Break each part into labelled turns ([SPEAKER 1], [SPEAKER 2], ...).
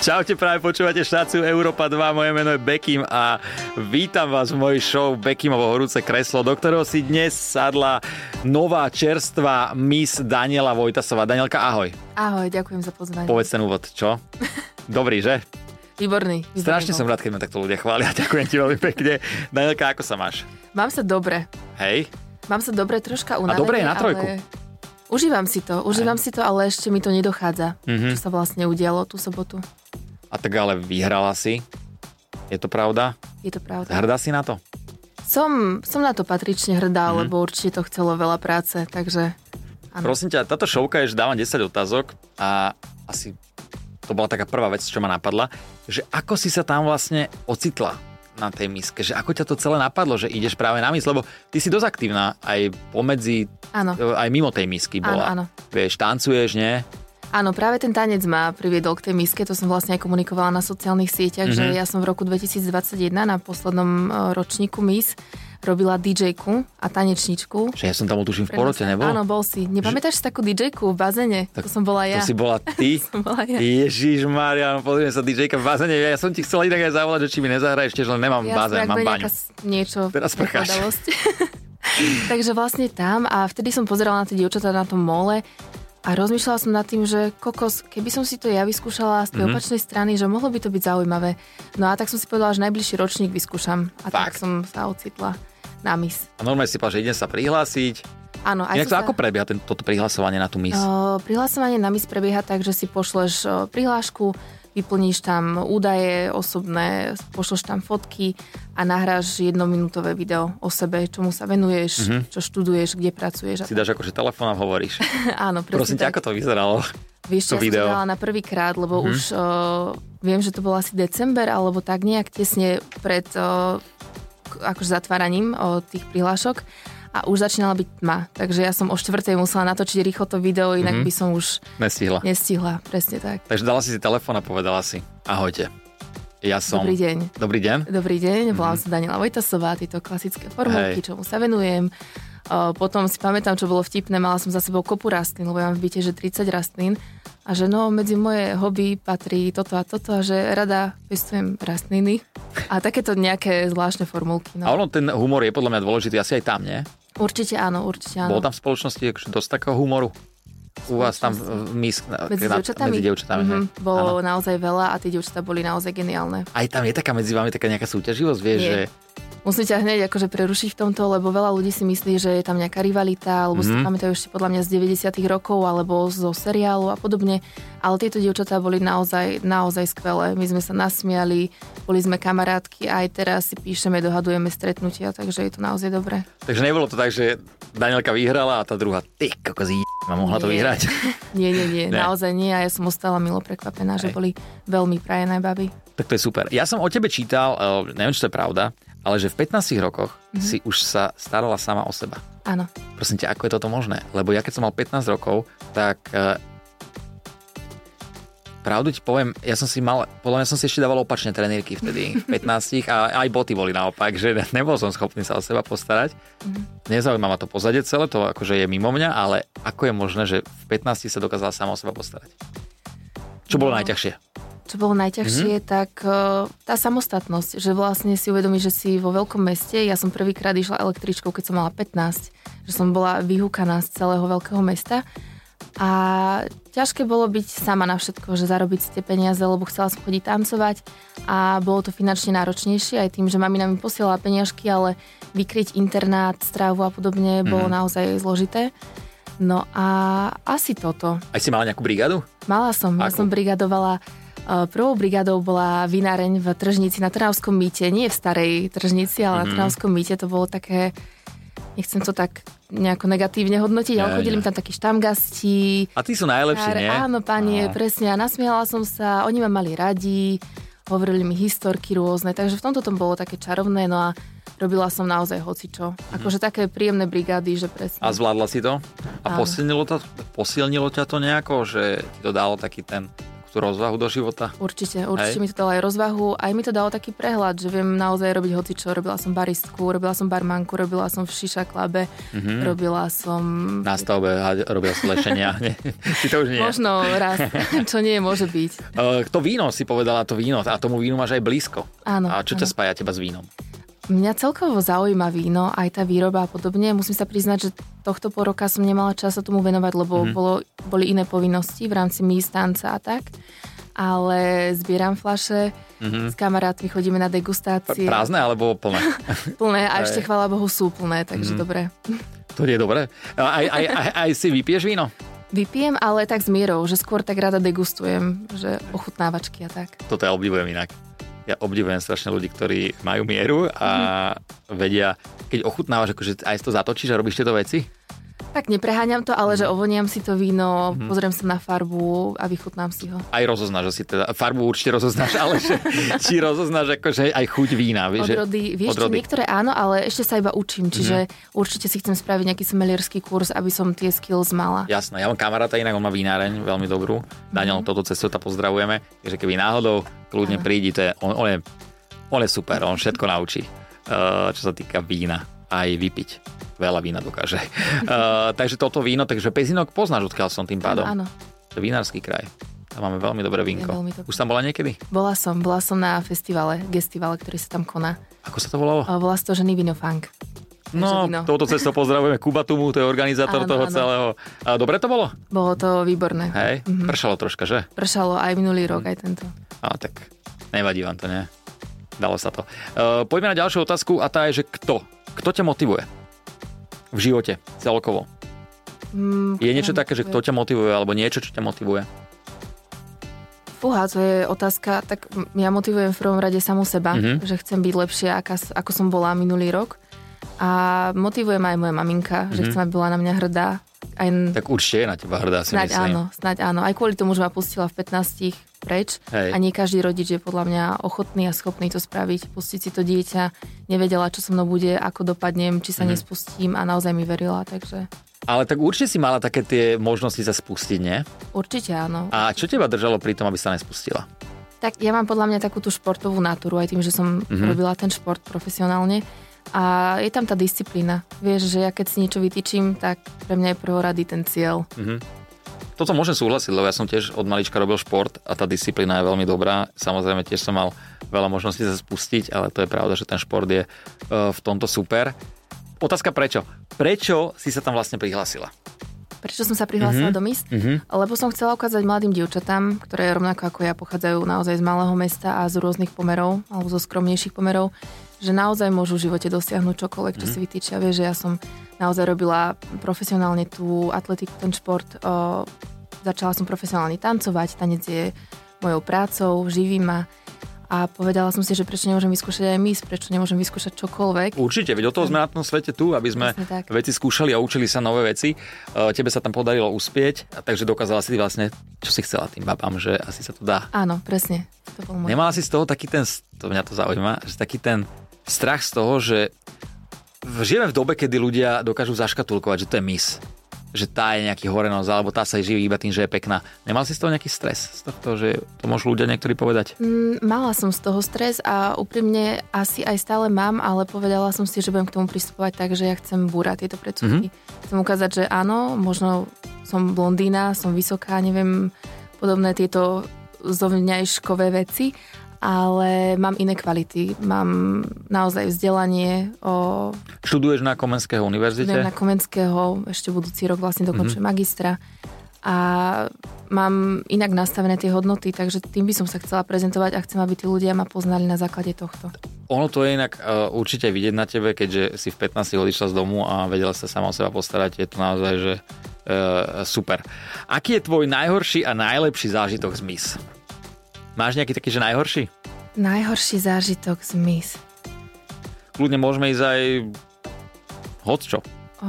[SPEAKER 1] Čaute, práve počúvate štáciu Európa 2, moje meno je Bekim a vítam vás v mojej show Bekimovo horúce kreslo, do ktorého si dnes sadla nová čerstvá Miss Daniela Vojtasová. Danielka, ahoj.
[SPEAKER 2] Ahoj, ďakujem za pozvanie.
[SPEAKER 1] Povedz ten úvod, čo? Dobrý, že?
[SPEAKER 2] Výborný. výborný
[SPEAKER 1] Strašne
[SPEAKER 2] bol.
[SPEAKER 1] som rád, keď ma takto ľudia chvália. Ďakujem ti veľmi pekne. Danielka, ako sa máš?
[SPEAKER 2] Mám sa dobre.
[SPEAKER 1] Hej?
[SPEAKER 2] Mám sa dobre, troška unavený,
[SPEAKER 1] dobre je na trojku.
[SPEAKER 2] Ale... Užívam si to, užívam si to, ale ešte mi to nedochádza,
[SPEAKER 1] Mhm.
[SPEAKER 2] čo sa vlastne udialo tú sobotu.
[SPEAKER 1] A tak ale vyhrala si. Je to pravda?
[SPEAKER 2] Je to pravda.
[SPEAKER 1] Hrdá si na to?
[SPEAKER 2] Som, som na to patrične hrdá,
[SPEAKER 1] Mhm.
[SPEAKER 2] lebo určite to chcelo veľa práce, takže Áno.
[SPEAKER 1] Prosím ťa, táto šovka je, že dávam 10 otázok a asi to bola taká prvá vec, čo ma napadla, že ako si sa tam vlastne ocitla na tej miske, že ako ťa to celé napadlo, že ideš práve na mis, lebo ty si dosť aktívna aj pomedzi, e,
[SPEAKER 2] áno.
[SPEAKER 1] aj mimo tej misky
[SPEAKER 2] Áno,
[SPEAKER 1] bola.
[SPEAKER 2] áno.
[SPEAKER 1] Vieš, tancuješ, nie?
[SPEAKER 2] Áno, práve ten tanec ma priviedol k tej miske, to som vlastne aj komunikovala na sociálnych sieťach,
[SPEAKER 1] Mhm.
[SPEAKER 2] mm-hmm. že ja som v roku 2021 na poslednom eh, ročníku MIS robila DJ-ku a tanečničku.
[SPEAKER 1] Že ja som tam tuším v porote, nebol?
[SPEAKER 2] Áno, bol si. Nepamätáš si takú DJ-ku v bazene?
[SPEAKER 1] Tak
[SPEAKER 2] to som bola
[SPEAKER 1] To
[SPEAKER 2] ja.
[SPEAKER 1] si bola ty?
[SPEAKER 2] To som bola ja.
[SPEAKER 1] Ježiš Maria, pozriem sa DJ-ka v bazene. Ja som ti chcela inak aj zavolať, že či mi nezahraješ, tiež len nemám
[SPEAKER 2] Ja
[SPEAKER 1] bazén,
[SPEAKER 2] som
[SPEAKER 1] mám
[SPEAKER 2] akoby
[SPEAKER 1] baňu.
[SPEAKER 2] nejaká s- niečo.
[SPEAKER 1] Teraz
[SPEAKER 2] nejaká
[SPEAKER 1] prcháš.
[SPEAKER 2] udalosť. Takže vlastne tam a vtedy som pozerala na tie dievčatá na tom mole a rozmýšľala som nad tým, že kokos, keby som si to ja
[SPEAKER 1] Mhm.
[SPEAKER 2] vyskúšala z tej mm-hmm. opačnej strany, že mohlo by to byť zaujímavé. No a tak som si povedala, že najbližší ročník vyskúšam. A tak
[SPEAKER 1] Fakt?
[SPEAKER 2] som sa ocitla na mis.
[SPEAKER 1] A normálne si povedal, že idem sa prihlásiť.
[SPEAKER 2] Áno, aj
[SPEAKER 1] Inak to
[SPEAKER 2] som sa...
[SPEAKER 1] ako prebieha ten, toto prihlasovanie na tú mis?
[SPEAKER 2] Uh, prihlasovanie na MIS prebieha tak, že si pošleš uh, prihlášku, vyplníš tam údaje osobné, pošleš tam fotky a nahráš jednominútové video o sebe, čomu sa venuješ, mm-hmm. čo študuješ, kde pracuješ. a
[SPEAKER 1] Mhm. si dáš akože telefón a hovoríš.
[SPEAKER 2] tak. Áno, presne
[SPEAKER 1] Prosím ťa,
[SPEAKER 2] tak.
[SPEAKER 1] ako to vyzeralo?
[SPEAKER 2] Vieš, čo,
[SPEAKER 1] to
[SPEAKER 2] ja
[SPEAKER 1] video? Mhm.
[SPEAKER 2] som to dala na prvý krát, lebo mm-hmm. už uh, viem, že to bol asi december, alebo tak nejak tesne pred uh, k- akože zatváraním uh, tých prihlášok a už začínala byť tma. Takže ja som o štvrtej musela natočiť rýchlo to video, inak
[SPEAKER 1] Mhm.
[SPEAKER 2] mm-hmm. by som už
[SPEAKER 1] Nestihla.
[SPEAKER 2] nestihla. Presne tak.
[SPEAKER 1] Takže dala si si telefón a povedala si, ahojte, ja som...
[SPEAKER 2] Dobrý deň. No.
[SPEAKER 1] Dobrý deň.
[SPEAKER 2] Dobrý deň, volám sa Daniela Vojtasová, tieto klasické
[SPEAKER 1] Mhm. Hej.
[SPEAKER 2] formulky, čomu sa venujem. O, Potom si pamätám, čo bolo vtipné, mala som za sebou kopu rastlín, lebo ja mám v byte, že 30 rastlín. A že no, medzi moje hobby patrí toto a toto a že rada pestujem rastliny. A takéto nejaké zvláštne formulky.
[SPEAKER 1] A
[SPEAKER 2] No.
[SPEAKER 1] ono, ten humor je podľa mňa dôležitý asi aj tam, nie?
[SPEAKER 2] Určite áno, určite áno.
[SPEAKER 1] Bolo tam v spoločnosti akože dosť takého humoru? U vás tam v mis...
[SPEAKER 2] medzi
[SPEAKER 1] na-
[SPEAKER 2] dievčatami?
[SPEAKER 1] Medzi dievčatami,
[SPEAKER 2] Mhm,
[SPEAKER 1] mm-hmm.
[SPEAKER 2] Bolo naozaj veľa a tie dievčatá boli naozaj geniálne.
[SPEAKER 1] Aj tam je taká medzi vami taká nejaká súťaživosť, vieš,
[SPEAKER 2] Nie.
[SPEAKER 1] že...
[SPEAKER 2] Musím ťa hneď akože prerušiť v tomto, lebo veľa ľudí si myslí, že je tam nejaká rivalita, alebo
[SPEAKER 1] Mhm.
[SPEAKER 2] mm-hmm. si to pamätajú ešte podľa mňa z 90. rokov, alebo zo seriálu a podobne. Ale tieto dievčatá boli naozaj, naozaj skvelé. My sme sa nasmiali, boli sme kamarátky a aj teraz si píšeme, dohadujeme stretnutia, takže je to naozaj dobré.
[SPEAKER 1] Takže nebolo to tak, že Danielka vyhrala a tá druhá, ty kokos, j- ma mohla to
[SPEAKER 2] Nie.
[SPEAKER 1] vyhrať.
[SPEAKER 2] Nie, nie, nie,
[SPEAKER 1] Ne.
[SPEAKER 2] naozaj nie a ja som ostala milo prekvapená,
[SPEAKER 1] Hej.
[SPEAKER 2] že boli veľmi prajené baby.
[SPEAKER 1] Tak to je super. Ja som o tebe čítal, eh, neviem, či to je pravda, ale že v 15 rokoch mm-hmm. si už sa starala sama o seba.
[SPEAKER 2] Áno.
[SPEAKER 1] Prosím ťa, ako je toto možné? Lebo ja keď som mal 15 rokov, tak e, pravdu ti poviem, ja som si mal, podľa mňa som si ešte dával opačne trenírky vtedy, v 15 a aj boty boli naopak, že nebol som schopný sa o seba postarať. Nezaujíma ma to pozadie celé, to akože je mimo mňa, ale ako je možné, že v 15 sa dokázala sama o seba postarať? Čo bolo
[SPEAKER 2] No.
[SPEAKER 1] najťažšie?
[SPEAKER 2] čo bolo najťažšie, mm-hmm. tak eh, tá samostatnosť, že vlastne si uvedomíš, že si vo veľkom meste, ja som prvýkrát išla električkou, keď som mala 15, že som bola vyhúkaná z celého veľkého mesta a ťažké bolo byť sama na všetko, že zarobiť si tie peniaze, lebo chcela som chodiť tancovať a bolo to finančne náročnejšie aj tým, že mamina mi posielala peniažky, ale vykryť internát, strávu a podobne mm-hmm. bolo naozaj zložité. No a asi toto.
[SPEAKER 1] Aj si mala nejakú brigádu?
[SPEAKER 2] Mala som, ja
[SPEAKER 1] Akú?
[SPEAKER 2] som brigadovala. e, Prvou brigadou bola vináreň v Tržnici na Trnavskom mýte, nie v starej Tržnici, ale mm. na
[SPEAKER 1] Mhm.
[SPEAKER 2] Trnavskom mýte to bolo také, nechcem to tak nejako negatívne hodnotiť,
[SPEAKER 1] Ne,
[SPEAKER 2] ale chodili
[SPEAKER 1] ne.
[SPEAKER 2] mi tam takí štamgasti.
[SPEAKER 1] A tí sú najlepší, nie?
[SPEAKER 2] Áno, pani,
[SPEAKER 1] No.
[SPEAKER 2] presne. A nasmiehala som sa, oni ma mali radi, hovorili mi historky rôzne, takže v tomto tom bolo také čarovné, no a robila som naozaj hocičo. Akože také príjemné brigády, že presne.
[SPEAKER 1] Mhm. A zvládla si to? A
[SPEAKER 2] Áno.
[SPEAKER 1] posilnilo, to, posilnilo ťa to nejako, že ti to dalo taký ten takú tú rozvahu do života.
[SPEAKER 2] Určite, určite
[SPEAKER 1] Hej.
[SPEAKER 2] mi to dalo aj rozvahu, aj mi to dalo taký prehľad, že viem naozaj robiť hocičo. Robila som baristku, robila som barmanku, robila som v šiša klabe, robila som...
[SPEAKER 1] Mhm. Na stavbe ha- robil si lešenia. Nie, Ty to už nie.
[SPEAKER 2] Možno raz, čo nie môže byť.
[SPEAKER 1] Eh, To víno si povedala, to víno. A tomu vínu máš aj blízko.
[SPEAKER 2] Áno,
[SPEAKER 1] A čo ťa
[SPEAKER 2] No, áno.
[SPEAKER 1] spája teba s vínom?
[SPEAKER 2] Mňa celkovo zaujíma víno, aj tá výroba a podobne. Musím sa priznať, že tohto pol roka som nemala čas sa tomu venovať, lebo
[SPEAKER 1] Mhm.
[SPEAKER 2] mm-hmm. bolo, boli iné povinnosti v rámci míst, tanca a tak. Ale zbieram flaše, mm-hmm. s kamarátmi chodíme na degustácie.
[SPEAKER 1] Mhm. Prázdne alebo plné?
[SPEAKER 2] Plné a ešte
[SPEAKER 1] Aj.
[SPEAKER 2] chvála Bohu sú plné,
[SPEAKER 1] Mhm.
[SPEAKER 2] takže mm-hmm. dobre.
[SPEAKER 1] To nie je dobré. Aj, aj, aj, aj si vypiješ víno?
[SPEAKER 2] Vypijem, ale tak s mierou, že skôr tak rada degustujem, že ochutnávačky a tak.
[SPEAKER 1] toto ja obdivujem inak. Ja obdivujem strašne ľudí, ktorí majú mieru a
[SPEAKER 2] Mhm.
[SPEAKER 1] vedia, keď ochutnávaš, akože aj si to zatočíš a robíš tieto veci.
[SPEAKER 2] Tak nepreháňam to, ale že
[SPEAKER 1] Mhm.
[SPEAKER 2] ovoniam si to víno, mm-hmm. pozriem sa na farbu a vychutnám si ho.
[SPEAKER 1] Aj rozoznáš, že si teda, farbu určite rozoznáš, ale že, či rozoznáš akože aj chuť vína. Vieš, že- Mhm.
[SPEAKER 2] Odrody, vieš, čo, niektoré áno, ale ešte sa iba učím, čiže mm-hmm. určite si chcem spraviť nejaký somelierský kurz, aby som tie skills mala. Ja.
[SPEAKER 1] Jasné, ja mám kamaráta inak, on má vináreň, veľmi dobrú. Daniel, toto cestota pozdravujeme. Takže keby náhodou kľudne
[SPEAKER 2] Mhm. Áno.
[SPEAKER 1] prídi, to je, on, on, je, on je super, on všetko naučí, eh, čo sa týka vína. Aj vypiť. Veľa vína dokáže. Eh, takže toto víno, takže Pezinok poznáš, odkiaľ som tým pádom.
[SPEAKER 2] Áno,
[SPEAKER 1] To je vinársky kraj. Tam máme veľmi dobré vínko.
[SPEAKER 2] veľmi dobré.
[SPEAKER 1] Už tam bola niekedy?
[SPEAKER 2] bola som, bola som na festivale, gestivale, ktorý sa tam koná.
[SPEAKER 1] Ako sa to volalo?
[SPEAKER 2] A Volá sa to Žený Vinofunk.
[SPEAKER 1] No,
[SPEAKER 2] víno.
[SPEAKER 1] touto cestou pozdravujeme Kubatumu, to je organizátor
[SPEAKER 2] Áno,
[SPEAKER 1] toho
[SPEAKER 2] áno.
[SPEAKER 1] celého. A dobre to bolo?
[SPEAKER 2] Bolo to výborné.
[SPEAKER 1] Hej, pršalo troška, že?
[SPEAKER 2] Pršalo aj minulý rok, aj tento.
[SPEAKER 1] Ale tak nevadí vám to, nie? Dalo sa to. E, poďme na ďalšiu otázku a tá je, že kto? Kto ťa motivuje? V živote celkovo.
[SPEAKER 2] Mm,
[SPEAKER 1] Je
[SPEAKER 2] ktorá
[SPEAKER 1] niečo
[SPEAKER 2] ma
[SPEAKER 1] také, že
[SPEAKER 2] motivuje?
[SPEAKER 1] kto ťa motivuje, alebo niečo, čo ťa motivuje?
[SPEAKER 2] Fúha, to je otázka, tak m- ja motivujem v prvom rade samú seba,
[SPEAKER 1] Mhm.
[SPEAKER 2] mm-hmm. že chcem byť lepšia, aká, s- ako som bola minulý rok. A motivuje ma aj moja maminka, mm-hmm. že
[SPEAKER 1] Mhm.
[SPEAKER 2] chcem, aby bola na mňa hrdá. Aj n-
[SPEAKER 1] Tak určite je na teba hrdá, si
[SPEAKER 2] snáď
[SPEAKER 1] myslím.
[SPEAKER 2] áno, snáď áno. Aj kvôli tomu, že ma pustila v 15 preč.
[SPEAKER 1] Hej.
[SPEAKER 2] A nie každý rodič je podľa mňa ochotný a schopný to spraviť. Pustiť si to dieťa, nevedela, čo so mnou bude, ako dopadnem, či
[SPEAKER 1] Mhm.
[SPEAKER 2] sa mm-hmm. nespustím a naozaj mi verila, takže
[SPEAKER 1] Ale tak určite si mala také tie možnosti sa spustiť, nie?
[SPEAKER 2] určite áno.
[SPEAKER 1] A čo teba držalo pri tom, aby sa nespustila?
[SPEAKER 2] Tak ja mám podľa mňa takú tú športovú natúru, aj tým, že som
[SPEAKER 1] Mhm.
[SPEAKER 2] mm-hmm. robila ten šport profesionálne. A je tam tá disciplína. Vieš, že ja keď si niečo vytýčim, tak pre mňa je prvorady ten cieľ.
[SPEAKER 1] Toto môžem súhlasiť, lebo ja som tiež od malička robil šport a tá disciplína je veľmi dobrá. Samozrejme, tiež som mal veľa možností sa spustiť, ale to je pravda, že ten šport je e, v tomto super. Otázka prečo? Prečo si sa tam vlastne prihlásila?
[SPEAKER 2] Prečo som sa
[SPEAKER 1] Mhm.
[SPEAKER 2] prihlásila mm-hmm. do MIS?
[SPEAKER 1] Mm-hmm.
[SPEAKER 2] Lebo som chcela ukázať mladým dievčatám, ktoré rovnako ako ja pochádzajú naozaj z malého mesta a z rôznych pomerov, alebo zo skromnejších pomerov, že naozaj môžu v živote dosiahnuť čokoľvek, čo si vytýčia. Vieš, že ja som naozaj robila profesionálne tú atletiku, ten šport. O, začala som profesionálne tancovať, tanec je mojou prácou, živí ma. A povedala som si, že prečo nemôžem vyskúšať aj MIS, prečo nemôžem vyskúšať čokoľvek.
[SPEAKER 1] Určite, veď o toho sme na tom svete tu, aby sme
[SPEAKER 2] Presne tak.
[SPEAKER 1] veci skúšali a učili sa nové veci. E, Tebe sa tam podarilo uspieť, a takže dokázala si vlastne, čo si chcela tým babám, že asi sa to dá.
[SPEAKER 2] Áno, presne. To bol môj.
[SPEAKER 1] Nemala si z toho taký ten, to mňa to zaujíma, že taký ten strach z toho, že v- žijeme v dobe, kedy ľudia dokážu zaškatulkovať, že to je mis. Že tá je nejaký horenosť, alebo tá sa živí iba tým, že je pekná. Nemal si z toho nejaký stres? Z toho, že to môžu ľudia niektorí povedať.
[SPEAKER 2] Mm, Mala som z toho stres a úprimne asi aj stále mám, ale povedala som si, že budem k tomu pristupovať tak, že ja chcem búrať tieto predsudky. Mm-hmm. Chcem ukázať, že áno, možno som blondína, som vysoká, neviem, podobné tieto zovňajškové veci, ale mám iné kvality. Mám naozaj vzdelanie, o,
[SPEAKER 1] Študuješ na Komenského univerzite?
[SPEAKER 2] Viem na Komenského, ešte budúci rok vlastne dokončujem mm-hmm. magistra. A mám inak nastavené tie hodnoty, takže tým by som sa chcela prezentovať a chcem, aby tí ľudia ma poznali na základe tohto.
[SPEAKER 1] Ono to je inak uh, určite vidieť na tebe, keďže si v 15 odišla z domu a vedela sa sama o seba postarať. Je to naozaj, že uh, super. Aký je tvoj najhorší a najlepší zážitok z mis? Máš nejaký taký, že najhorší?
[SPEAKER 2] Najhorší zážitok z MIS.
[SPEAKER 1] kľudne môžeme ísť aj hocčo.
[SPEAKER 2] O,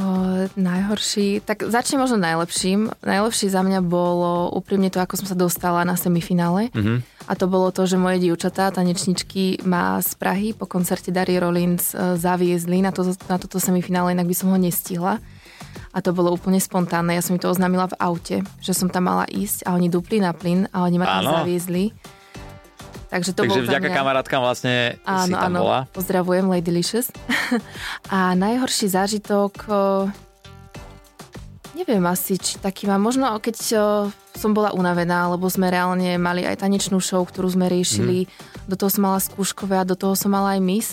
[SPEAKER 2] najhorší, tak začnem možno najlepším. Najlepší za mňa bolo úprimne to, ako som sa dostala na semifinále.
[SPEAKER 1] Mhm.
[SPEAKER 2] A to bolo to, že moje dievčatá, tanečničky ma z Prahy po koncerte Darie Rollins e, zaviezli na, to, na toto semifinále, inak by som ho nestihla. A to bolo úplne spontánne. Ja som mi to oznámila v aute, že som tam mala ísť a oni dupli na plyn a oni ma tam
[SPEAKER 1] Áno.
[SPEAKER 2] zaviezli. Takže to
[SPEAKER 1] Takže
[SPEAKER 2] bol za
[SPEAKER 1] vďaka
[SPEAKER 2] mňa...
[SPEAKER 1] kamarátkam vlastne si
[SPEAKER 2] Áno,
[SPEAKER 1] tam
[SPEAKER 2] áno,
[SPEAKER 1] bola.
[SPEAKER 2] pozdravujem Lady Licious. a najhorší zážitok, o, neviem asi, či taký mám, možno keď o, som bola unavená, lebo sme reálne mali aj tanečnú show, ktorú sme
[SPEAKER 1] Mhm.
[SPEAKER 2] riešili, do toho som mala skúškové a do toho som mala aj mis,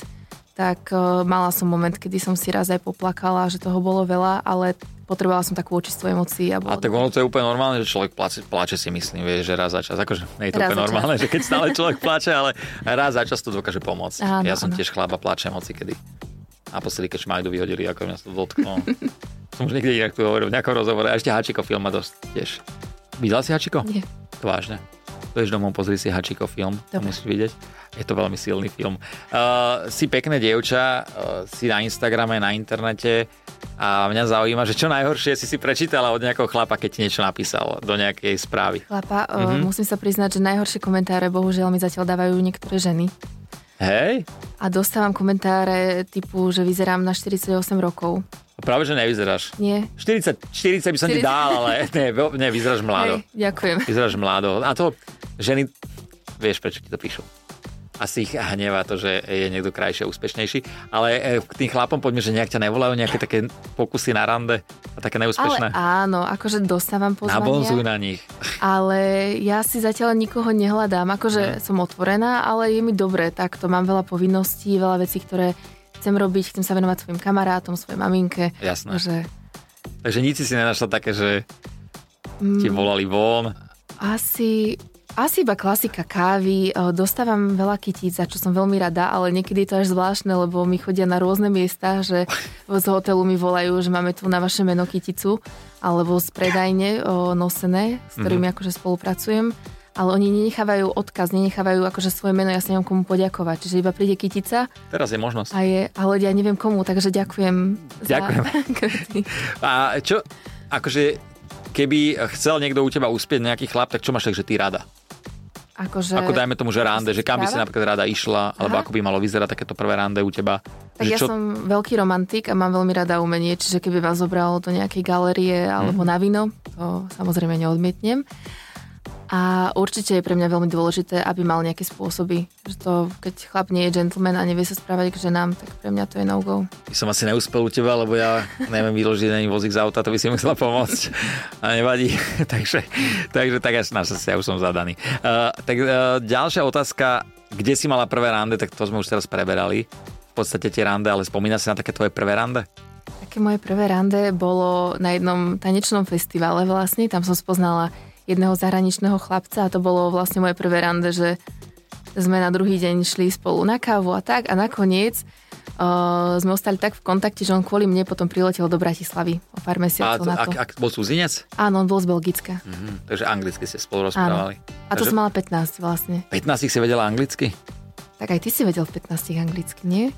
[SPEAKER 2] tak o, mala som moment, kedy som si raz aj poplakala, že toho bolo veľa, ale potrebovala som takú očistú emócií. A, bolo
[SPEAKER 1] A tak ono to je úplne normálne, že človek pláče, pláče si myslím, vieš, že raz za čas. Akože nie je to
[SPEAKER 2] Raz
[SPEAKER 1] úplne
[SPEAKER 2] za čas.
[SPEAKER 1] normálne, že keď stále človek pláče, ale raz za čas to dokáže pomôcť.
[SPEAKER 2] Áno,
[SPEAKER 1] ja som
[SPEAKER 2] áno.
[SPEAKER 1] tiež chlaba pláčem hoci kedy. A posledy, keď šmajdu vyhodili, ako mňa sa to dotklo. som už niekde inak tu hovoril, v nejakom rozhovore. A ešte Hačiko film ma dosť tiež. Videla si Hačiko?
[SPEAKER 2] Nie.
[SPEAKER 1] To vážne. Dojdeš domov, pozri si Hačiko film, to
[SPEAKER 2] Dobre.
[SPEAKER 1] musíš vidieť. Je to veľmi silný film. Uh, si pekné dievča, uh, si na Instagrame, na internete a mňa zaujíma, že čo najhoršie si si prečítala od nejakého chlapa, keď ti niečo napísal do nejakej správy.
[SPEAKER 2] Chlapa,
[SPEAKER 1] Mhm.
[SPEAKER 2] mm-hmm. musím sa priznať, že najhoršie komentáre bohužiaľ mi zatiaľ dávajú niektoré ženy.
[SPEAKER 1] Hej?
[SPEAKER 2] A dostávam komentáre typu, že vyzerám na 48 rokov.
[SPEAKER 1] Práve, že nevyzeráš.
[SPEAKER 2] Nie?
[SPEAKER 1] 40, 40 by som 40. ti
[SPEAKER 2] 40.
[SPEAKER 1] dal, ale ne, veľ- ne, vyzeráš mlado.
[SPEAKER 2] Hej, ďakujem.
[SPEAKER 1] Vyzeráš mlado. A to ženy, vieš prečo ti to píšu. Asi ich hnevá to, že je niekto krajšie, úspešnejší. Ale e, k tým chlapom poďme, že nejak ťa nevolajú nejaké také pokusy na rande a také
[SPEAKER 2] Ale
[SPEAKER 1] neúspešné.
[SPEAKER 2] áno, akože dostávam
[SPEAKER 1] Nabonzuj
[SPEAKER 2] pozvania,
[SPEAKER 1] na nich.
[SPEAKER 2] ale ja si zatiaľ nikoho nehľadám.
[SPEAKER 1] Mhm.
[SPEAKER 2] Akože som otvorená, ale je mi dobre takto. Mám veľa povinností, veľa vecí, ktoré chcem robiť, chcem sa venovať svojim kamarátom, svojej maminke.
[SPEAKER 1] Jasné.
[SPEAKER 2] Že,
[SPEAKER 1] Takže nič si nenašla také, že ti
[SPEAKER 2] mm,
[SPEAKER 1] volali von.
[SPEAKER 2] asi, asi iba klasika kávy. O, Dostávam veľa kytíc, za čo som veľmi rada, ale niekedy je to až zvláštne, lebo mi chodia na rôzne miesta, že z hotelu mi volajú, že máme tu na vaše meno kyticu, alebo z predajne o,
[SPEAKER 1] Mhm.
[SPEAKER 2] nosené, s ktorými akože spolupracujem. Ale oni nenechávajú odkaz, nenechávajú akože svoje meno, ja sa neviem komu poďakovať. Čiže iba príde kytica
[SPEAKER 1] Teraz je možnosť.
[SPEAKER 2] a je, ale ja neviem komu, takže ďakujem.
[SPEAKER 1] Ďakujem.
[SPEAKER 2] Za... kvety.
[SPEAKER 1] A čo, akože keby chcel niekto u teba uspieť nejaký chlap, tak čo máš tak, že ty rada?
[SPEAKER 2] akože...
[SPEAKER 1] Ako dajme tomu, že rande, že kam by si
[SPEAKER 2] Správa?
[SPEAKER 1] napríklad rada išla, alebo
[SPEAKER 2] Aha.
[SPEAKER 1] ako by malo vyzerať takéto prvé rande u teba.
[SPEAKER 2] Tak
[SPEAKER 1] že
[SPEAKER 2] ja
[SPEAKER 1] čo,
[SPEAKER 2] som veľký romantik a mám veľmi rada umenie, čiže keby ma zobralo do nejakej galerie
[SPEAKER 1] Mhm.
[SPEAKER 2] alebo na víno, to samozrejme neodmietnem. A určite je pre mňa veľmi dôležité, aby mal nejaké spôsoby. Že to, keď chlap nie je gentleman a nevie sa správať k ženám, tak pre mňa to je no no-go.
[SPEAKER 1] by som asi neúspel u teba, lebo ja neviem vyložiť ani vozík z auta, to by si musela pomôcť. A nevadí. takže, takže tak až na šťastie, ja už som zadaný. Uh, tak uh, ďalšia otázka, kde si mala prvé rande, tak to sme už teraz preberali. V podstate tie rande, ale spomína si na také tvoje prvé rande?
[SPEAKER 2] Také moje prvé rande bolo na jednom tanečnom festivale vlastne, tam som spoznala jedného zahraničného chlapca a to bolo vlastne moje prvé rande, že sme na druhý deň šli spolu na kávu a tak a nakoniec uh, sme ostali tak v kontakte, že on kvôli mne potom priletel do Bratislavy o
[SPEAKER 1] A,
[SPEAKER 2] pár mesiacov
[SPEAKER 1] to,
[SPEAKER 2] na
[SPEAKER 1] ak,
[SPEAKER 2] to.
[SPEAKER 1] ak bol cudzinec?
[SPEAKER 2] Áno, on bol z Belgicka.
[SPEAKER 1] Mhm, takže anglicky ste spolu rozprávali.
[SPEAKER 2] A to
[SPEAKER 1] Takže
[SPEAKER 2] som mala 15 vlastne.
[SPEAKER 1] 15 si vedela anglicky?
[SPEAKER 2] Tak aj ty si vedel v 15 anglicky, nie?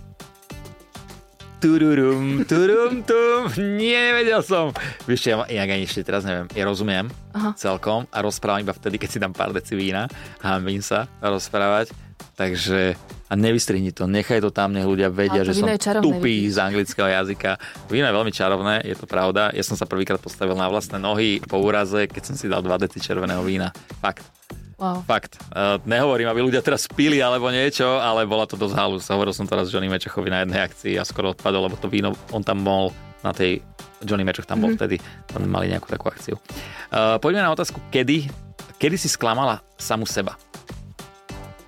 [SPEAKER 1] Tururum, turum, tum. Nie, nevedel som. Vieš, čo, ja ma- inak ani ešte teraz neviem. Ja rozumiem
[SPEAKER 2] Aha.
[SPEAKER 1] celkom a rozprávam iba vtedy, keď si dám pár deci vína a hambím sa rozprávať. Takže a nevystrihni to, nechaj to tam, nech ľudia vedia,
[SPEAKER 2] Ale to
[SPEAKER 1] že som
[SPEAKER 2] víno je čarovné,
[SPEAKER 1] tupý z anglického jazyka. Víno je veľmi čarovné, je to pravda. Ja som sa prvýkrát postavil na vlastné nohy po úraze, keď som si dal 2 deci červeného vína. Fakt.
[SPEAKER 2] Wow.
[SPEAKER 1] Fakt. Uh, nehovorím, aby ľudia teraz pili alebo niečo, ale bola to dosť halus. Hovoril som teraz Johnny Mečechovi na jednej akcii a skoro odpadol, lebo to víno, on tam bol na tej, Johnny Mečoch tam bol mm-hmm. vtedy, on mali nejakú takú akciu. Uh, poďme na otázku, kedy, kedy si sklamala samu seba?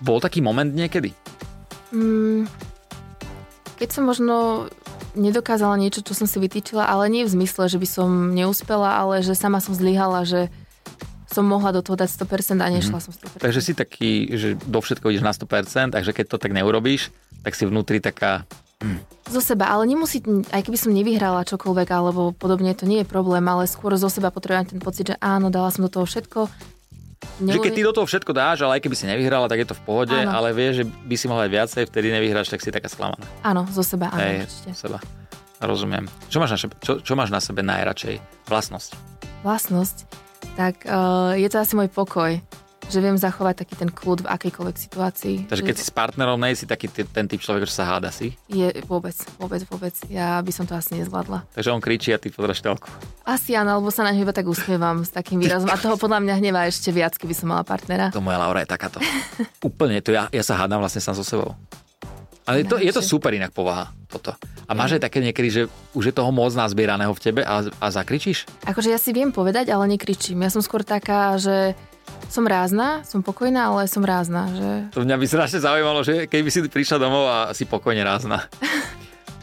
[SPEAKER 1] Bol taký moment niekedy?
[SPEAKER 2] Mm, keď som možno nedokázala niečo, čo som si vytýčila, ale nie v zmysle, že by som neúspela, ale že sama som zlyhala, že som mohla do toho dať 100% a nešla som
[SPEAKER 1] Mhm.
[SPEAKER 2] 100%.
[SPEAKER 1] Takže si taký, že do všetko ideš na 100%, takže keď to tak neurobíš, tak si vnútri taká,
[SPEAKER 2] Zo seba, ale nemusí, aj keby som nevyhrala čokoľvek alebo podobne, to nie je problém, ale skôr zo seba potrebujem ten pocit, že áno, dala som do toho všetko.
[SPEAKER 1] Že keď ty do toho všetko dáš, ale aj keby si nevyhrala, tak je to v pohode,
[SPEAKER 2] Áno.
[SPEAKER 1] ale vieš, že by si mohla aj viacej, vtedy nevyhráš, tak si taká sklamaná.
[SPEAKER 2] Áno, zo seba, áno,
[SPEAKER 1] Hej,
[SPEAKER 2] určite.
[SPEAKER 1] seba. Rozumiem. Čo máš, na sebe, čo, čo máš na sebe najradšej? Vlastnosť.
[SPEAKER 2] eh, Vlastnosť, tak uh, je to asi môj pokoj. že viem zachovať taký ten kľud v akejkoľvek situácii.
[SPEAKER 1] Takže
[SPEAKER 2] Že
[SPEAKER 1] keď si s partnerom, nej si taký ty- ten typ človek, že sa háda si.
[SPEAKER 2] Je vôbec, vôbec, vôbec. Ja by som to asi nezvládla.
[SPEAKER 1] Takže on kričí a ty podraš telku.
[SPEAKER 2] Asi áno, alebo sa na ňu iba tak usmievam s takým výrazom. A toho podľa mňa hnevá ešte viac, keby som mala partnera.
[SPEAKER 1] To moja Laura je takáto. Úplne, to ja, ja sa hádam vlastne sám so sebou. Ale je to, je to
[SPEAKER 2] Najlepšie.
[SPEAKER 1] super inak povaha, toto. A
[SPEAKER 2] Mhm.
[SPEAKER 1] máš aj také niekedy, že už je toho moc nazbieraného v tebe a, a zakričíš?
[SPEAKER 2] Akože ja si viem povedať, ale nekričím. Ja som skôr taká, že som rázna, som pokojná, ale som rázna. Že...
[SPEAKER 1] To mňa by strašne zaujímalo, že keby si prišla domov a si pokojne rázna.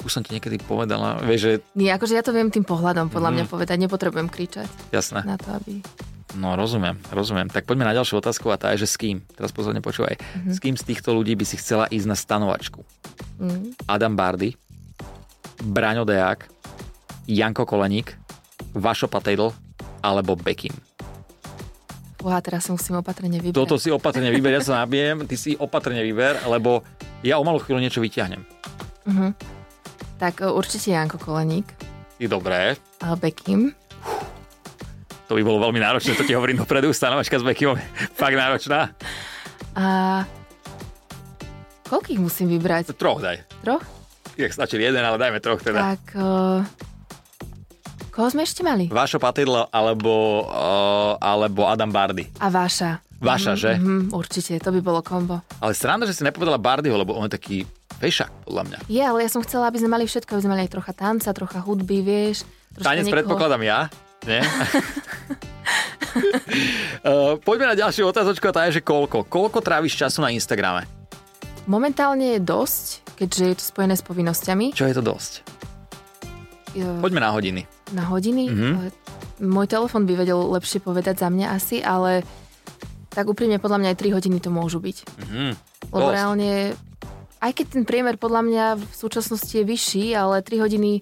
[SPEAKER 1] Už som ti niekedy povedala, vieš, že
[SPEAKER 2] Nie, akože ja to viem tým pohľadom podľa
[SPEAKER 1] Mhm.
[SPEAKER 2] mňa povedať. Nepotrebujem kričať
[SPEAKER 1] jasné.
[SPEAKER 2] na to, aby...
[SPEAKER 1] No rozumiem, rozumiem. Tak poďme na ďalšiu otázku a tá je, že s kým? Teraz pozorne počúvaj. S kým z týchto ľudí by si chcela ísť na stanovačku?
[SPEAKER 2] Mm.
[SPEAKER 1] Adam Bardy, Braňo Deák, Janko Koleník, Vašo Patejdl alebo Bekim.
[SPEAKER 2] Uha, teraz si musím opatrne vybrať.
[SPEAKER 1] Toto si opatrne vyber, ja sa nabijem, ty si opatrne vyber, lebo ja o malú chvíľu niečo vyťahnem.
[SPEAKER 2] Mhm. Tak e, určite Janko Koleník,
[SPEAKER 1] Ty dobré,
[SPEAKER 2] ale Bekim.
[SPEAKER 1] to by bolo veľmi náročné, to ti hovorím dopredu, stanovačka s Bekimom, je fakt náročná.
[SPEAKER 2] A koľkých musím vybrať?
[SPEAKER 1] Troch daj,
[SPEAKER 2] Troch?
[SPEAKER 1] jak stačil jeden, ale dajme troch teda.
[SPEAKER 2] Tak... Uh... Koho sme ešte mali?
[SPEAKER 1] Vašo Patejdl alebo, eh, alebo Adam Bardy.
[SPEAKER 2] A Váša.
[SPEAKER 1] Vaša, že?
[SPEAKER 2] Mhm, určite, to by bolo kombo.
[SPEAKER 1] Ale sranda, že si nepovedala Bardyho, lebo on je taký pešák, podľa mňa.
[SPEAKER 2] Je, ale ja som chcela, aby sme mali všetko, aby sme mali aj trocha tanca, trocha hudby, vieš. troška
[SPEAKER 1] Tanec
[SPEAKER 2] niekoho-
[SPEAKER 1] predpokladám ja, nie? Eh, Poďme na ďalšiu otázočku a tá je, že koľko? Koľko tráviš času na Instagrame?
[SPEAKER 2] Momentálne je dosť, keďže je to spojené s povinnosťami. eh,
[SPEAKER 1] Čo je to dosť?
[SPEAKER 2] Jo,
[SPEAKER 1] Poďme na hodiny.
[SPEAKER 2] Na hodiny?
[SPEAKER 1] Mhm.
[SPEAKER 2] Mm-hmm. Môj telefon by vedel lepšie povedať za mňa asi, ale tak úprimne podľa mňa aj 3 hodiny to môžu byť.
[SPEAKER 1] Mhm.
[SPEAKER 2] Lebo
[SPEAKER 1] Dosť.
[SPEAKER 2] reálne, aj keď ten priemer podľa mňa v súčasnosti je vyšší, ale 3 hodiny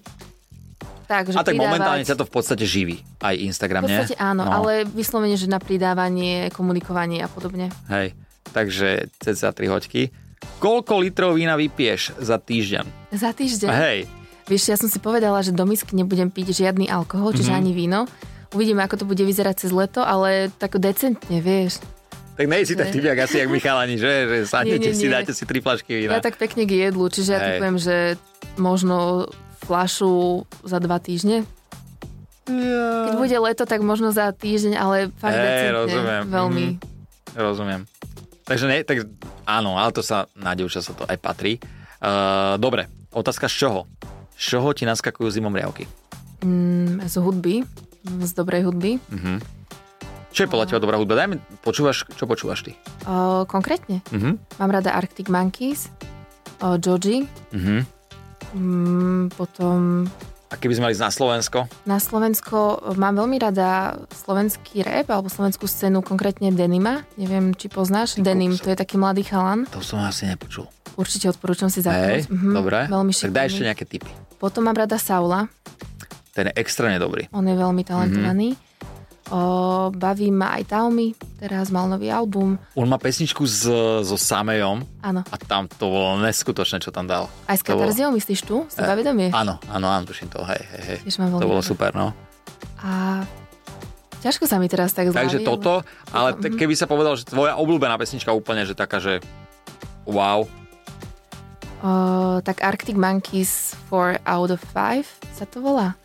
[SPEAKER 2] tak,
[SPEAKER 1] A
[SPEAKER 2] že
[SPEAKER 1] tak
[SPEAKER 2] pridávať-
[SPEAKER 1] momentálne ťa to v podstate živí. Aj
[SPEAKER 2] v
[SPEAKER 1] Instagram, nie?
[SPEAKER 2] podstate
[SPEAKER 1] No,
[SPEAKER 2] áno, no. ale vyslovene, že na pridávanie, komunikovanie a podobne.
[SPEAKER 1] Hej, takže cca 3 hoďky. Koľko litrov vína vypiješ za týždeň?
[SPEAKER 2] Za týždeň.
[SPEAKER 1] Hej,
[SPEAKER 2] Vieš, ja som si povedala, že do misky nebudem piť žiadny alkohol,
[SPEAKER 1] Mhm.
[SPEAKER 2] čiže mm-hmm. ani víno. Uvidíme, ako to bude vyzerať cez leto, ale tak decentne, vieš.
[SPEAKER 1] tak nej si ten
[SPEAKER 2] Ne.
[SPEAKER 1] typiak asi jak Michalani, že? že sadnete
[SPEAKER 2] nie,
[SPEAKER 1] si,
[SPEAKER 2] nie.
[SPEAKER 1] dáte si 3 flašky vína.
[SPEAKER 2] Ja tak pekne k jedlu, čiže ja
[SPEAKER 1] Hej.
[SPEAKER 2] typujem, že možno flašu za dva týždne. Keď bude leto, tak možno za týždeň, ale fakt
[SPEAKER 1] Ah. Hej,
[SPEAKER 2] decentne,
[SPEAKER 1] rozumiem.
[SPEAKER 2] veľmi.
[SPEAKER 1] Mhm. Rozumiem. Takže ne, tak áno, ale to sa, na dievča sa to aj patrí. Uh, dobre, otázka z čoho? Z čoho ti naskakujú zimom riavky? Mhm.
[SPEAKER 2] Mm, z hudby, Mm, z dobrej hudby.
[SPEAKER 1] Uh-huh. Čo je podľa teba dobrá hudba? Daj mi, počúvaš, čo počúvaš ty?
[SPEAKER 2] O, konkrétne,
[SPEAKER 1] Uh-huh.
[SPEAKER 2] mám rada Arctic Monkeys, o, Joji,
[SPEAKER 1] Uh-huh.
[SPEAKER 2] mm, potom
[SPEAKER 1] A keby sme mali ísť na Slovensko?
[SPEAKER 2] na Slovensko e, mám veľmi rada slovenský rap alebo slovenskú scénu, konkrétne Denima. Neviem, či poznáš. Denim,
[SPEAKER 1] kokso.
[SPEAKER 2] to je taký mladý chalan.
[SPEAKER 1] To som asi nepočul.
[SPEAKER 2] Určite odporúčam si zapnúť.
[SPEAKER 1] Hej,
[SPEAKER 2] Mhm,
[SPEAKER 1] dobre.
[SPEAKER 2] Veľmi
[SPEAKER 1] tak daj ešte
[SPEAKER 2] šikovný.
[SPEAKER 1] nejaké tipy.
[SPEAKER 2] Potom mám rada Saula,
[SPEAKER 1] Ten je extrémne dobrý.
[SPEAKER 2] on je veľmi talentovaný.
[SPEAKER 1] Mhm.
[SPEAKER 2] O, baví ma aj Taomi, teraz mal nový album.
[SPEAKER 1] On má pesničku s, so Samejom
[SPEAKER 2] Áno,
[SPEAKER 1] a tam to bolo neskutočné, čo tam dal.
[SPEAKER 2] aj s
[SPEAKER 1] To bolo-
[SPEAKER 2] Katarziou, myslíš tu?
[SPEAKER 1] Eh,
[SPEAKER 2] Seba vedomie?
[SPEAKER 1] Áno, áno, áno, tuším to, hej, hej, hej.
[SPEAKER 2] Tiež mám veľmi
[SPEAKER 1] To bolo
[SPEAKER 2] rada.
[SPEAKER 1] super, no.
[SPEAKER 2] A ťažko sa mi teraz tak zľaví.
[SPEAKER 1] Takže toto, ale t-
[SPEAKER 2] Toto, no. mhm.
[SPEAKER 1] keby sa povedal, že tvoja obľúbená pesnička úplne, že taká, že wow,
[SPEAKER 2] O, Eh, tak Arctic Monkeys 4 out of 5 sa to volá.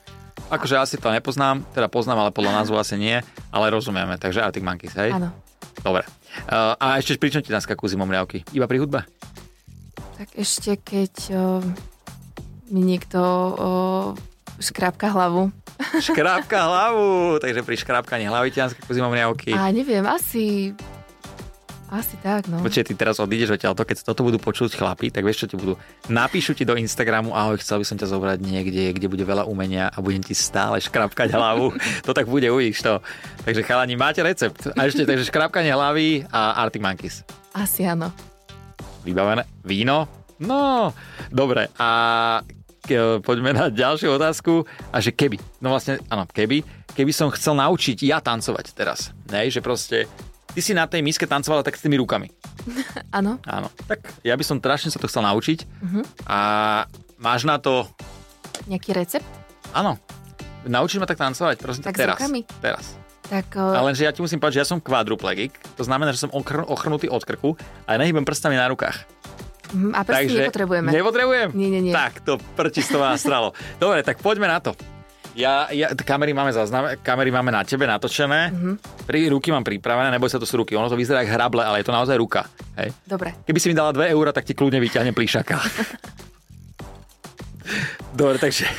[SPEAKER 1] akože asi to nepoznám, teda poznám, ale podľa názvu asi nie, ale rozumieme, takže Arctic Monkeys, hej?
[SPEAKER 2] Áno.
[SPEAKER 1] Dobre. Uh, a ešte pri čom ti naskakujú zimom riavky? Iba pri hudbe?
[SPEAKER 2] Tak ešte keď o, mi niekto o, škrápka hlavu.
[SPEAKER 1] Škrápka hlavu, takže pri škrápkaní hlavy ti naskakujú zimom riavky.
[SPEAKER 2] A neviem, asi... Asi tak, no.
[SPEAKER 1] Počkej, ty teraz odídeš odtiaľto, keď toto budú počuť chlapi, tak vieš, čo ti budú. Napíšu ti do Instagramu, ahoj, chcel by som ťa zobrať niekde, kde bude veľa umenia a budem ti stále škrapkať hlavu. to tak bude, uvidíš to. Takže chalani, máte recept. A ešte, takže škrapkanie hlavy a Arctic Monkeys.
[SPEAKER 2] Asi áno.
[SPEAKER 1] Vybavené. Víno? No, dobre. A ke, poďme na ďalšiu otázku. A že keby, no vlastne, áno, keby, keby som chcel naučiť ja tancovať teraz. Nej, že proste, ty si na tej miske tancovala tak s tými rukami.
[SPEAKER 2] Áno.
[SPEAKER 1] Áno. Tak ja by som strašne sa to chcel naučiť.
[SPEAKER 2] Mhm.
[SPEAKER 1] Uh-huh. A máš na to...
[SPEAKER 2] Nejaký recept?
[SPEAKER 1] Áno. Naučíš ma tak tancovať, prosím ťa,
[SPEAKER 2] Tak s
[SPEAKER 1] teraz.
[SPEAKER 2] rukami?
[SPEAKER 1] Teraz.
[SPEAKER 2] tak... eh,
[SPEAKER 1] Ale lenže ja ti musím povedať, že ja som kvadruplegik, to znamená, že som okr- ochrnutý od krku a nehybem prstami na rukách.
[SPEAKER 2] mm, A presne
[SPEAKER 1] Takže
[SPEAKER 2] nepotrebujeme.
[SPEAKER 1] Nepotrebujem?
[SPEAKER 2] Nie, nie, nie.
[SPEAKER 1] Tak, to prčisto ma stralo. Dobre, tak poďme na to. Ja, ja, t- kamery máme zaznam, kamery máme na tebe natočené,
[SPEAKER 2] Mhm.
[SPEAKER 1] mm-hmm. pri, ruky mám pripravené, neboj sa, to sú ruky, ono to vyzerá jak hrable, ale je to naozaj ruka. Hej.
[SPEAKER 2] Dobre.
[SPEAKER 1] Keby si mi dala 2 eurá, tak ti kľudne vyťahnem plíšaka. Dobre, takže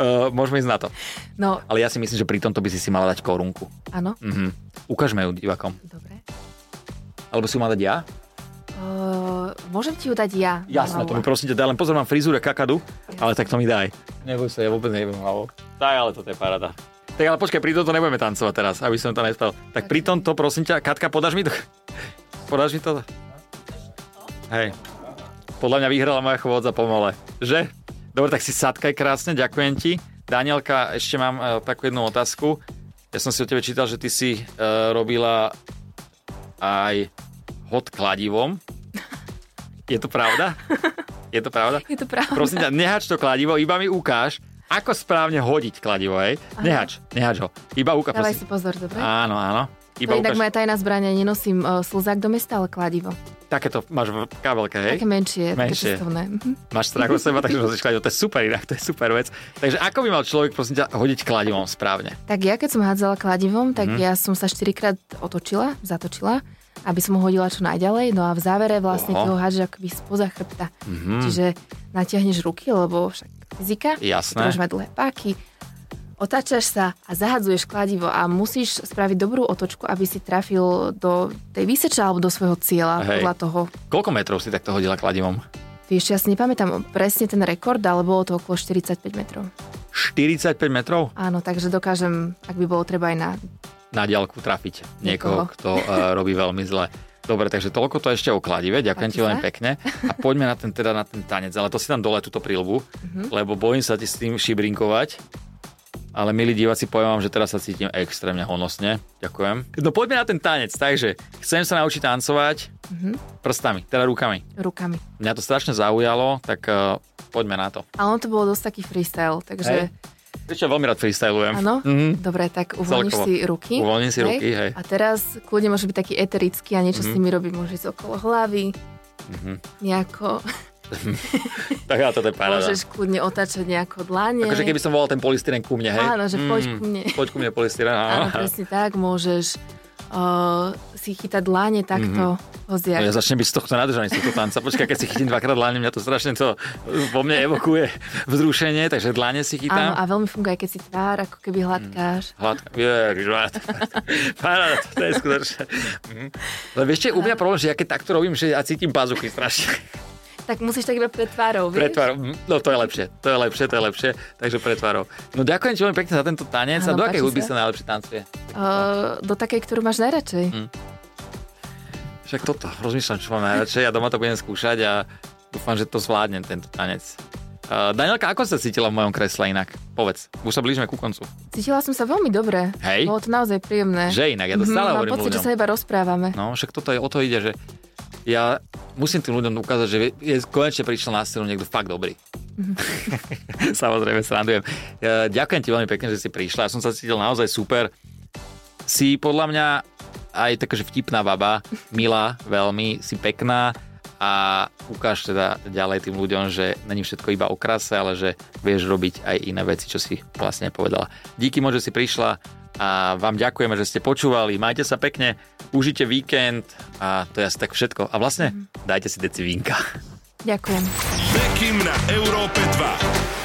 [SPEAKER 1] uh, môžeme ísť na to.
[SPEAKER 2] No,
[SPEAKER 1] Ale ja si myslím, že pri tomto by si si mala dať korunku.
[SPEAKER 2] áno.
[SPEAKER 1] Mhm. Ukážme ju divakom.
[SPEAKER 2] Dobre.
[SPEAKER 1] Alebo si ju mám dať ja?
[SPEAKER 2] Uh, môžem ti ju dať ja.
[SPEAKER 1] Jasné, to mi
[SPEAKER 2] Maula.
[SPEAKER 1] prosím ťa daj, len pozor, mám frizúre kakadu, ale tak to mi daj. Neboj sa, ja vôbec neviem hlavou. Tak, ale toto je parada. Tak ale počkaj, pri tomto nebudeme tancovať teraz, aby som to nestal. Tak pri tomto, prosím ťa, Katka, podáš mi to? Podáš mi to? Hej. Podľa mňa vyhrala moja chôdza pomole. Že? Dobre, tak si sadkaj krásne, ďakujem ti. Danielka, ešte mám e, takú jednu otázku. Ja som si o tebe čítal, že ty si e, robila aj hod kladivom. Je to pravda? Je to pravda?
[SPEAKER 2] Je to pravda.
[SPEAKER 1] Prosím ťa, nehač to kladivo, iba mi ukáž, ako správne hodiť kladivo, hej? Nehač, nehač ho. Iba ukáž,
[SPEAKER 2] Dávaj si
[SPEAKER 1] prosím.
[SPEAKER 2] pozor, dobre?
[SPEAKER 1] Áno, áno.
[SPEAKER 2] to
[SPEAKER 1] Iba
[SPEAKER 2] je inak
[SPEAKER 1] ukáž.
[SPEAKER 2] moja tajná zbraň, ja nenosím uh, slzák do mesta, ale kladivo.
[SPEAKER 1] Takéto máš v kabelke, hej?
[SPEAKER 2] Také menšie, také
[SPEAKER 1] Menšie.
[SPEAKER 2] cestovné. Mhm.
[SPEAKER 1] Máš strach o seba, takže musíš kladivo. To je super inak, to je super vec. Takže ako by mal človek, prosím ťa, hodiť kladivom správne?
[SPEAKER 2] Tak ja, keď som hádzala kladivom, tak
[SPEAKER 1] Mhm.
[SPEAKER 2] ja som sa 4 krát otočila, zatočila, aby som ho hodila čo najďalej. No a v závere vlastne
[SPEAKER 1] Oho. Mhm.
[SPEAKER 2] ty ho hádžeš akoby spoza chrbta. Čiže natiahneš ruky, lebo však fyzika,
[SPEAKER 1] Jasné.
[SPEAKER 2] potrebuješ mať dlhé páky, otáčaš sa a zahadzuješ kladivo a musíš spraviť dobrú otočku, aby si trafil do tej výseča alebo do svojho cieľa
[SPEAKER 1] Hej.
[SPEAKER 2] podľa toho.
[SPEAKER 1] Koľko metrov si takto hodila kladivom?
[SPEAKER 2] Vieš, ja si nepamätám presne ten rekord, ale bolo to okolo 45 metrov.
[SPEAKER 1] 45 metrov?
[SPEAKER 2] Áno, takže dokážem, ak by bolo treba aj na...
[SPEAKER 1] na diaľku trafiť niekoho,
[SPEAKER 2] Niekoho.
[SPEAKER 1] kto uh, robí veľmi zle. Dobre, takže toľko to ešte o kladive, ďakujem ti
[SPEAKER 2] Páči
[SPEAKER 1] veľmi
[SPEAKER 2] sa.
[SPEAKER 1] pekne. A poďme na ten, teda na ten tanec, ale to si tam dole túto prílbu,
[SPEAKER 2] Mhm.
[SPEAKER 1] lebo bojím sa ti s tým šibrinkovať. Ale milí diváci, poviem vám, že teraz sa cítim extrémne honosne. Ďakujem. No poďme na ten tanec, takže chcem sa naučiť tancovať
[SPEAKER 2] Mhm.
[SPEAKER 1] prstami, teda rukami.
[SPEAKER 2] rukami.
[SPEAKER 1] Mňa to strašne zaujalo, tak uh, poďme na to.
[SPEAKER 2] Ale on to bolo dosť taký freestyle, takže...
[SPEAKER 1] Ešte veľmi rád freestylujem.
[SPEAKER 2] Áno?
[SPEAKER 1] Mhm.
[SPEAKER 2] Dobre, tak uvoľníš
[SPEAKER 1] Celkovo.
[SPEAKER 2] si ruky.
[SPEAKER 1] Uvoľním si ruky, hej. Mhm.
[SPEAKER 2] A teraz kľudne môže byť taký eterický a niečo s nimi robiť. Môže ísť okolo hlavy, nejako...
[SPEAKER 1] Tak ja, toto je Mhm. paráda.
[SPEAKER 2] Môžeš kľudne otáčať nejako dláne.
[SPEAKER 1] Akože keby som volal ten polystyren ku mne, hej? Mhm.
[SPEAKER 2] Áno, že poď ku mne.
[SPEAKER 1] Poď ku mne polystyren,
[SPEAKER 2] Áno,
[SPEAKER 1] áno.
[SPEAKER 2] presne tak. Môžeš uh, si chytať dláne takto mm-hmm.
[SPEAKER 1] No ja začnem byť z tohto nadržaný, z tohto tanca. Počkaj, keď si chytím dvakrát dlane, mňa to strašne to vo mne evokuje vzrušenie, takže dlane si
[SPEAKER 2] Áno,
[SPEAKER 1] chytám.
[SPEAKER 2] a veľmi funguje, aj keď si tvár ako keby
[SPEAKER 1] Mhm.
[SPEAKER 2] hladkáš.
[SPEAKER 1] Hladká. Ježiš, hlad. Paráda, to je skutočné. Mhm. Ale vieš, čo je u mňa problém, že ja keď takto robím, že ja cítim pazuchy strašne.
[SPEAKER 2] Tak musíš tak iba pred tvárou, vieš?
[SPEAKER 1] Pretvar, no to je lepšie, to je lepšie, to je lepšie, takže pretvarov. No ďakujem ti veľmi pekne za tento tanec a
[SPEAKER 2] Áno,
[SPEAKER 1] do akej
[SPEAKER 2] páči
[SPEAKER 1] hudby sa
[SPEAKER 2] sa.
[SPEAKER 1] najlepšie tancuje?
[SPEAKER 2] Uh, do takej, ktorú máš najradšej.
[SPEAKER 1] Však toto, rozmýšľam, čo mám najradšej. Ja doma to budem skúšať a dúfam, že to zvládnem, tento tanec. Uh, Danielka, ako sa cítila v mojom kresle inak? Povedz, už sa blížime ku koncu.
[SPEAKER 2] Cítila som sa veľmi dobre.
[SPEAKER 1] Hej.
[SPEAKER 2] Bolo to naozaj príjemné.
[SPEAKER 1] Že inak, ja to
[SPEAKER 2] Mhm,
[SPEAKER 1] stále
[SPEAKER 2] Mám
[SPEAKER 1] hovorím
[SPEAKER 2] pocit, že
[SPEAKER 1] ľuďom.
[SPEAKER 2] sa iba rozprávame.
[SPEAKER 1] No, však toto je, o to ide, že ja musím tým ľuďom ukázať, že je, konečne prišiel na scénu niekto fakt dobrý.
[SPEAKER 2] Mhm.
[SPEAKER 1] Samozrejme, srandujem. E, Ďakujem ti veľmi pekne, že si prišla. Ja som sa cítil naozaj super. Si podľa mňa aj taká, že vtipná baba, milá veľmi, si pekná a ukáž teda ďalej tým ľuďom, že není všetko iba o krase, ale že vieš robiť aj iné veci, čo si vlastne povedala. Díky moc, že si prišla a vám ďakujeme, že ste počúvali. Majte sa pekne, užite víkend a to je asi tak všetko. A vlastne dajte si deci vínka.
[SPEAKER 2] Ďakujem.
[SPEAKER 3] Bekim na Európe 2.